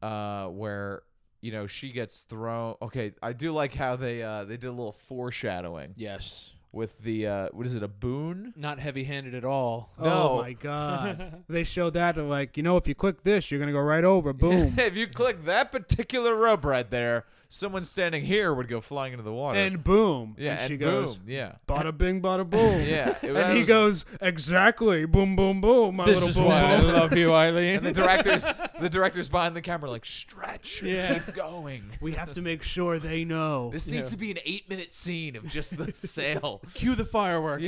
uh, where you know she gets thrown. Okay, I do like how they uh they did a little foreshadowing Yes. with the uh what is it a boon? Not heavy-handed at all. No. Oh my god! they showed that and like you know if you click this you're gonna go right over. Boom. if you click that particular rope right there, someone standing here would go flying into the water. and boom. yeah, And, and she boom. goes, yeah. bada bing, bada boom. Yeah, it and he was- goes, exactly. Boom, boom, boom. My This little is boom, why I boom. love you, and the Eileen. directors the directors behind the camera like stretch Yeah. keep going we have to make sure they know. this Yeah. needs to be an eight minute scene of just the sale Cue the fireworks.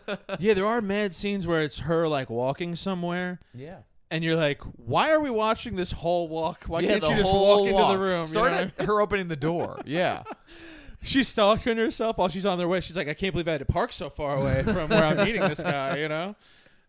yeah. There are mad scenes where it's her like walking somewhere, yeah and you're like, "Why are we watching this whole walk? Why yeah, can't the you just whole walk into walk. the room?" you Start know? at her opening the door. Yeah, she's talking to herself while she's on their way. She's like, I can't believe I had to park so far away from where I'm meeting this guy. You know,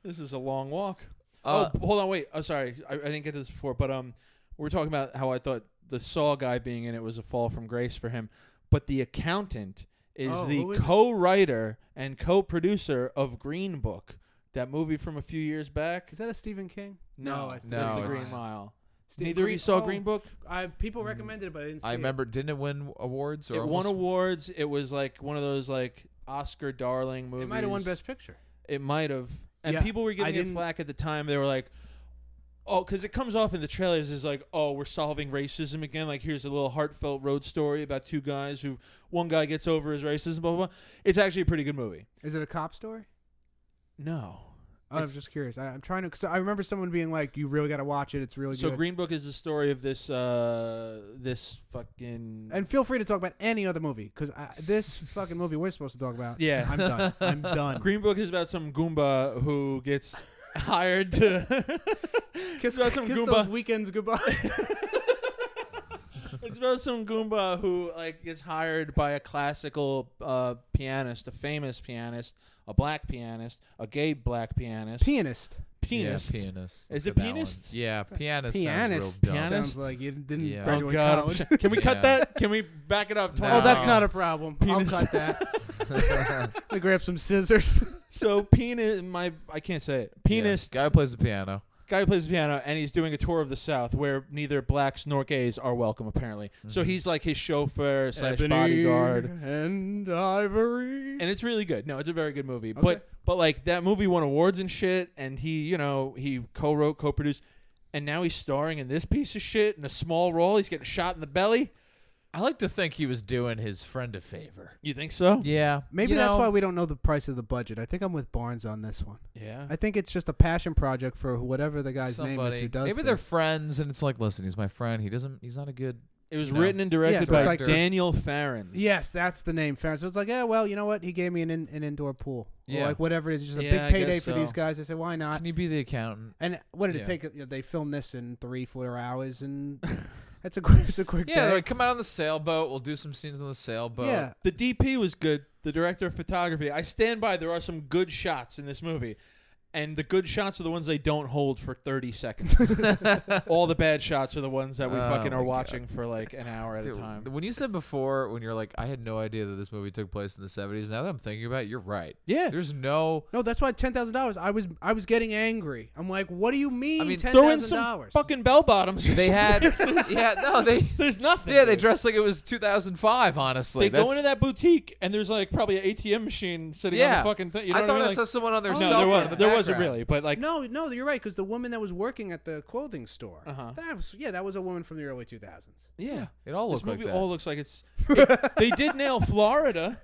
this is a long walk. Uh, oh, hold on, wait. Oh, sorry, I, I didn't get to this before, but um, We were talking about how I thought the Saw guy being in it was a fall from grace for him, but the accountant is Oh, the who is it? co-writer and co-producer of Green Book, that movie from a few years back. Is that a Stephen King? No, it's No, that's the Green it's- Mile. Steve Neither of Green- you saw oh, Green Book. I, people recommended it, but I didn't see I it. remember, didn't it win awards? Or It won almost- awards. It was like one of those like Oscar darling movies. It might have won Best Picture. It might have. And Yeah, people were I giving it didn't- flack at the time. They were like, "Oh, because it comes off in the trailers as like, oh, we're solving racism again. Like, here's a little heartfelt road story about two guys who one guy gets over his racism. Blah blah. blah. It's actually a pretty good movie. Is it a cop story? No. I'm It's- just curious. I, I'm trying to. Cause I remember someone being like, "You really got to watch it. It's really So good." Green Book is the story of this uh this fucking and feel free to talk about any other movie because this fucking movie we're supposed to talk about. Yeah. I'm done. I'm done. Green Book is about some Goomba who gets hired to kiss about some kiss Goomba. those weekends goodbye. it's about some Goomba who like gets hired by a classical uh, pianist, a famous pianist, a black pianist, a gay black pianist, Pianist. pianist. Yeah, pianist. Look Is it at that one. pianist? Yeah, Pianist. pianist. Sounds real dumb. Pianist. Sounds like you didn't Yeah. Oh graduate God! college. I'm- Can we Yeah. cut that? Can we back it up? 20 No. Oh, that's seconds? not a problem. Pianist. I'll cut that. Let me grab some scissors. So penis, my I can't say it. Yeah. Pianist Guy who plays the piano. guy who plays the piano, and he's doing a tour of the South where neither blacks nor gays are welcome apparently. So Mhm. he's like his chauffeur slash bodyguard. and ivory. and it's really good. No, it's a very good movie. Okay. But but like that movie won awards and shit, and he you know he co-wrote, co-produced, and now he's starring in this piece of shit in a small role. He's getting shot in the belly. I like to think he was doing his friend a favor. You think so? Yeah. Maybe you that's know, why we don't know the price of the budget. I think I'm with Barnes on this one. Yeah. I think it's just a passion project for whatever the guy's Somebody. name is who does. Maybe they're this. friends, and it's like, listen, he's my friend. He doesn't. He's not a good. It was No. written and directed Yeah, by director. Daniel Farrens. Yes, that's the name. Fair. So it's like, yeah, well, you know what? He gave me an in, an indoor pool, Yeah. or like whatever it is. Just a Yeah, I big payday guess for these so. guys. I said, why not? Can you be the accountant? And what did Yeah. it take? You know, they filmed this in three, four hours, and that's a quick, it's a quick Yeah, day. they're like, come out on the sailboat. We'll do some scenes on the sailboat. yeah. The DP was good. The director of photography. I stand by. There are some good shots in this movie. And the good shots are the ones they don't hold for 30 seconds. All the bad shots are the ones that we Oh fucking my are God. watching for like an hour at Dude, a time. When you said before, when you're like, I had no idea that this movie took place in the 70s. Now that I'm thinking about it, you're right. Yeah. There's no. No, that's why ten thousand dollars. I was I was getting angry. I'm like, what do you mean? mean, ten Throw in thousand some dollars. fucking bell bottoms. They had. yeah, no, they. There's nothing. Yeah, they dude. dressed like it was 2005. Honestly, They That's- go into that boutique and there's like probably an ATM machine sitting on Yeah, the fucking thing. You know I what thought I, saw mean? Like- Oh, someone on their no, cell there, phone. was, in the there wasn't background. really, but like No, no, you're right. Because the woman that was working at the clothing store, Uh-huh. that was yeah, that was a woman from the early two thousands. yeah, It all this looked like movie that. all looks like it's. it- they did nail Florida.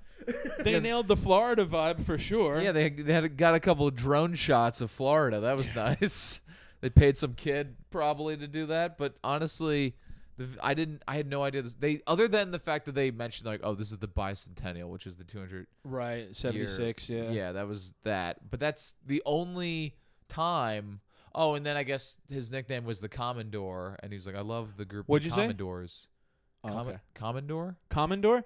They Yeah. nailed the Florida vibe for sure. yeah, they they had got a couple of drone shots of Florida. That was nice. They paid some kid probably to do that, but honestly, the, I didn't. I had no idea. This, they other than the fact that they mentioned like, oh, this is the bicentennial, which is the 200 right. Seventy six. year- Yeah. yeah, that was that. But that's the only time. Oh, and then I guess his nickname was the Commodore, and he was like, I love the group. What'd the you say? Commodores. Oh, Commo- okay. Commodore. Commodore.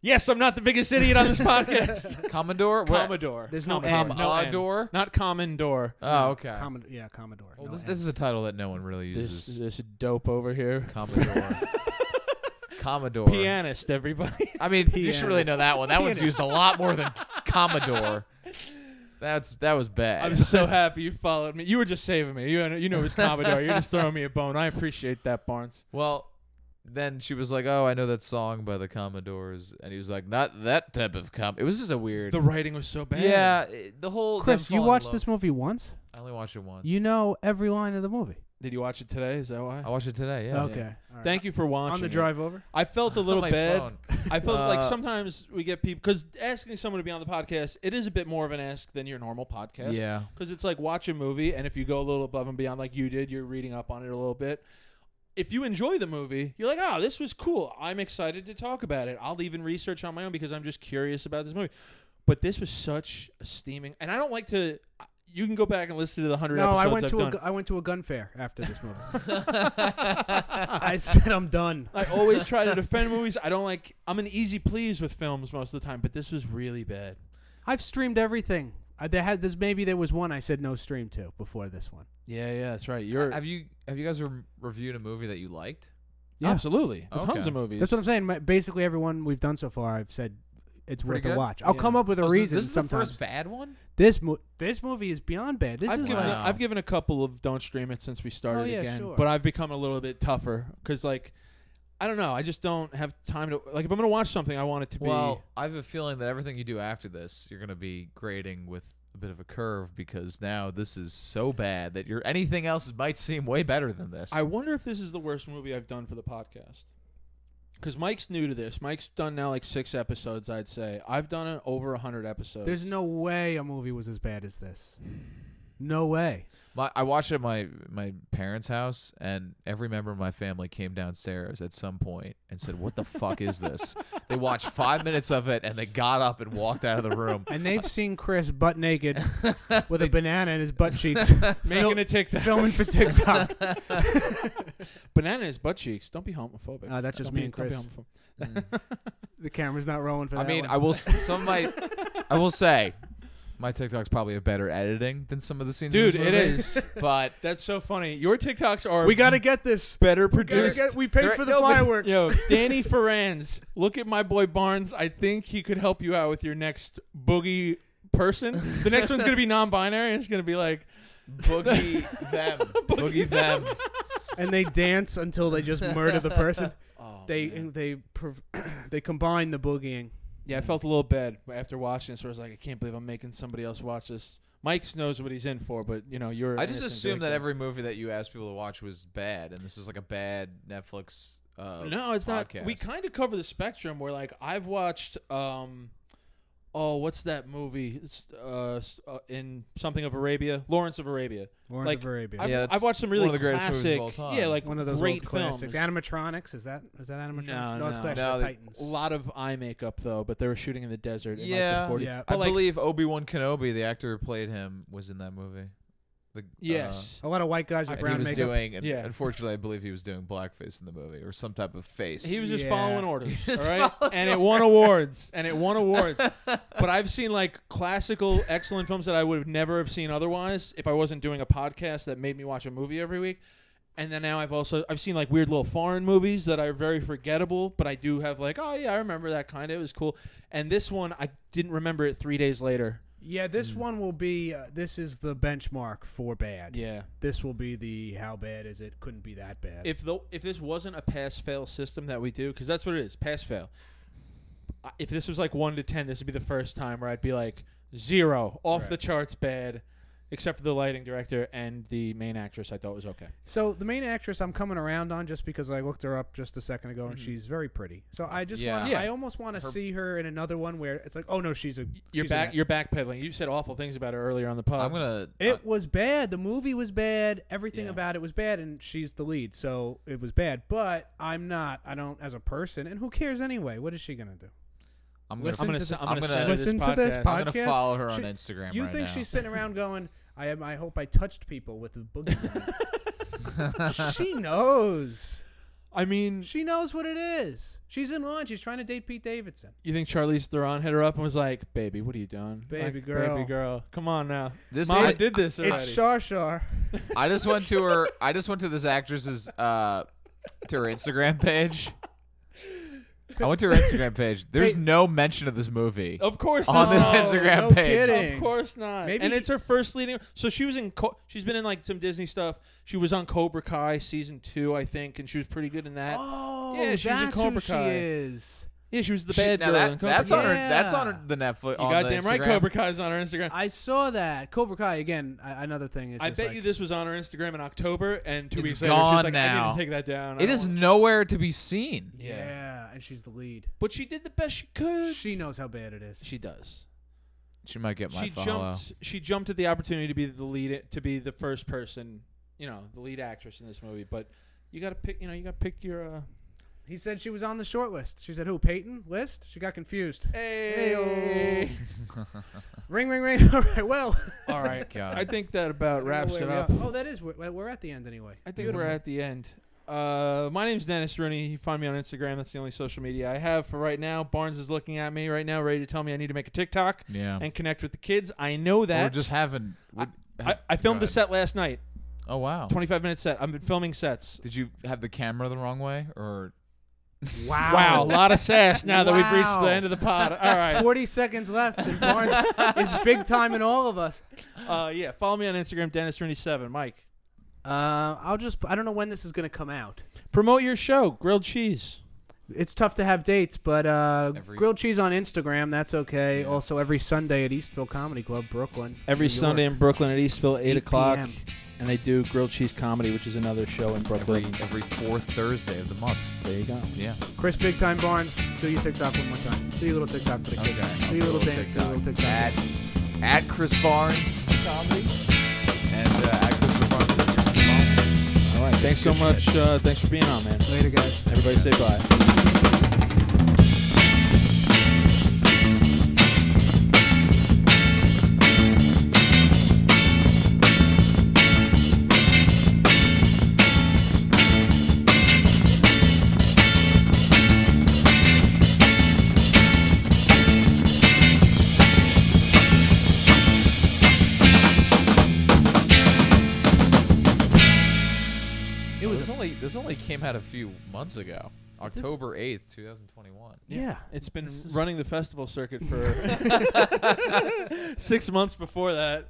Yes, I'm not the biggest idiot on this podcast. Commodore. What- Commodore. There's no Commodore. N. No N. Commodore? Not Commodore. Oh, okay. Commod- yeah, Commodore. Well, No this, N. this is a title that no one really This uses. this dope over here. Commodore. Commodore. Pianist, everybody. I mean, you should really know that one. That one's Piano. used a lot more than Commodore. That's that was bad. I'm so happy you followed me. You were just saving me. You, you knew it was Commodore. You're just throwing me a bone. I appreciate that, Barnes. well, then she was like, "Oh, I know that song by the Commodores," and he was like, "Not that type of com." It was just a weird. The writing was so bad. yeah, it- the whole. them Chris, you falling in watched love- this movie once. I only watched it once. You know every line of the movie. Did you watch it today? Is that why? I watched it today. Yeah. okay. All right. Thank you for watching. On the it. drive over. I felt a On little my bad. phone. I felt like Uh, sometimes we get people because asking someone to be on the podcast, it is a bit more of an ask than your normal podcast. Yeah. Because it's like watch a movie, and if you go a little above and beyond, like you did, you're reading up on it a little bit. If you enjoy the movie, you're like, oh, this was cool. I'm excited to talk about it. I'll even research on my own because I'm just curious about this movie. But this was such a steaming, and I don't like to. You can go back and listen to the hundred No, episodes I went have to a done. gu- I went to a gun fair after this movie. I said I'm done. I always try to defend movies. I don't like. I'm an easy please with films most of the time, but this was really bad. I've streamed everything Uh, there has this maybe there was one I said no stream to before this one. Yeah, yeah, that's right. You're have you have you guys re- reviewed a movie that you liked? Yeah. absolutely With tons Okay. of movies. That's what I'm saying. My- Basically, everyone we've done so far, I've said it's Pretty worth good? a watch. I'll Yeah. come up with a Oh, so reason This is sometimes. the first bad one. this mo- this movie is beyond bad. This I've is given like- a, I've given a couple of don't stream it since we started yeah, again, sure. but I've become a little bit tougher because like I don't know, I just don't have time to like if I'm gonna watch something, I want it to be Well, I have a feeling that everything you do after this, you're gonna be grading with a bit of a curve because now this is so bad that you're anything else might seem way better than this. I wonder if this is the worst movie I've done for the podcast. Because Mike's new to this. Mike's done now like six episodes, I'd say. I've done uh, over a 100 episodes. There's no way a movie was as bad as this. No way. My, I watched it at my my parents' house, and every member of my family came downstairs at some point and said, "What the fuck is this?" They watched five minutes of it, and they got up and walked out of the room. And they've seen Chris butt naked with a banana in his butt cheeks, Making fil- a TikTok. filming for TikTok. Banana in his butt cheeks. Don't be homophobic. Uh, that's just Don't me be- and don't be Chris. homophobic. The camera's not rolling for I that. mean, one. I will. s- Some might. I will say, my TikTok's probably a better editing than some of the scenes. Dude, in this it movie, is. But That's so funny. Your TikToks are we gotta get this. better We, gotta produced. get, we paid There- for the no, but- fireworks. Yo, Danny Ferrans, look at my boy Barnes. I think he could help you out with your next boogie person. The next one's going to be non binary. It's going to be like, boogie them, boogie them. and they dance until they just murder the person. oh, They man. they prov- they combine the boogieing. Yeah, I felt a little bad after watching this. Where I was like, I can't believe I'm making somebody else watch this. Mike's knows what he's in for, but you know, you're. I just innocent, assumed that victim. every movie that you asked people to watch was bad, and this is like a bad Netflix. Uh, No, it's not. We podcast. kind of cover the spectrum. Where like I've watched, um, oh, what's that movie? It's, uh, s- uh, in something of Arabia, Lawrence of Arabia. Lawrence Like, of Arabia. I've, Yeah, that's I've watched some one really of the greatest movies of classic, all time. yeah, like one of those great old films. classics. Animatronics is that is that animatronics? No, it's no. Clash No, of the they- Titans. A lot of eye makeup though, but they were shooting in the desert. In, Yeah. like, the 40s. Yeah. I but, like- believe Obi Wan Kenobi, the actor who played him, was in that movie. The, uh, Yes. A lot of white guys and with he brown was makeup. doing. and Yeah. Unfortunately, I believe he was doing blackface in the movie or some type of face. He was just Yeah. following orders, Just all right? following and it won awards, and it won awards. but I've seen like classical, excellent films that I would have never have seen otherwise if I wasn't doing a podcast that made me watch a movie every week. And then now I've also I've seen like weird little foreign movies that are very forgettable, but I do have like oh yeah I remember that kind of it was cool. And this one I didn't remember it three days later. Yeah, this Mm. one will be. Uh, this is the benchmark for bad. Yeah. This will be the how bad is it? Couldn't be that bad. If the if this wasn't a pass fail system that we do because that's what it is pass fail. If this was like one to ten, this would be the first time where I'd be like zero off the charts bad, except for the lighting director and the main actress. I thought was okay. so the main actress I'm coming around on just because I looked her up just a second ago and she's very pretty. So I just Yeah. want Mm-hmm. Yeah. I almost want to Her- see her in another one where it's like, oh no, she's a You're she's an back. act- You're backpedaling. You said awful things about her earlier on the pod. I'm gonna. It was bad. The movie was bad. Everything Yeah. about it was bad, and she's the lead, so it was bad. But I'm not. I don't as a person, and who cares anyway? What is she gonna do? I'm gonna. listen I'm gonna. to s- this- I'm gonna I'm send gonna- her this Listen to this podcast. pod- I'm gonna podcast? follow her on She- Instagram. you right think now. she's sitting around going, "I am. I hope I touched people with a boogie." woman." she knows. I mean, She knows what it is. She's in line. She's trying to date Pete Davidson. you think Charlize Theron hit her up and was like, "Baby, what are you doing, Baby Like, girl." Baby girl, come on now. This Mama I- did this already." It's Shar Shar. I just went to her. I just went to this actress's uh, to her Instagram page. I went to her Instagram page. There's Hey. no mention of this movie. of course, On this no. Instagram no page. kidding. Of course not. Maybe and he- it's her first leading. So she was in. Co- she's been in like some Disney stuff. She was on Cobra Kai season two, I think, and she was pretty good in that. Oh, Yeah, she was in that's Cobra who she Kai. is. Yeah, she was the She- bad now girl. that- in Cobra that's Kai. on her. That's Yeah. on her, the Netflix. You on goddamn the right. Instagram. Cobra Kai's on her Instagram. I, I saw that Cobra Kai again. I, another thing is. just bet like- you this was on her Instagram in October, and two It's weeks later she was gone like, "I need now. to take that down." I It don't is want-" nowhere to be seen. Yeah. yeah, and she's the lead. but she did the best she could. She knows how bad it is. She does. She might get my She follow. jumped. She jumped at the opportunity to be the lead, to be the first person, you know, the lead actress in this movie. But you got to pick. You know, you got to pick your. Uh, He said she was on the short list. She said who? Peyton list? She got confused. Hey. Ring ring ring. All right. Well, All right. Oh, God. I think that about wraps Where it we Oh, up. are- Oh, that is. We're, we're at the end anyway. I think we're at the end. Uh, my name's Dennis Rooney. You can find me on Instagram. That's the only social media I have for right now. Barnes is looking at me right now, ready to tell me I need to make a TikTok Oh. Yeah. and connect with the kids. I know We're that. just having. I, I, I filmed a set last night, Oh wow. 25 minute set. I've been filming sets. Did you have the camera the wrong way or? Wow. Wow, a lot of sass now that we've reached Wow. the end of the pod. All right. 40 seconds left, and Barnes is big time in all of us. Uh, yeah, follow me on Instagram, Dennis Rooney7. Mike, Uh, I'll just. I don't know when this is gonna come out. promote your show, Grilled Cheese. It's tough to have dates, but uh, Every- grilled cheese on Instagram. That's okay. Yeah. Also, every Sunday at Eastville Comedy Club, Brooklyn. Every New York, Sunday in Brooklyn at Eastville, 8, 8 o'clock. PM. And they do Grilled Cheese Comedy, which is another show in Every, Brooklyn. every fourth Thursday of the month. There you go. Yeah. Chris Big Time Barnes, do your TikTok one more time. Do your little TikTok for the Okay. kids. I'll Do do your a little little dance. Do your little TikTok. TikTok. At, at Chris Barnes comedy and uh, at Christopher Barnes. All right. Thanks so Good much. shit. Uh, thanks for being on, man. Later, guys. Everybody say bye. It was only this only came out a few months ago, October eighth, two thousand twenty-one. Yeah. It's been running the festival circuit for six months before that.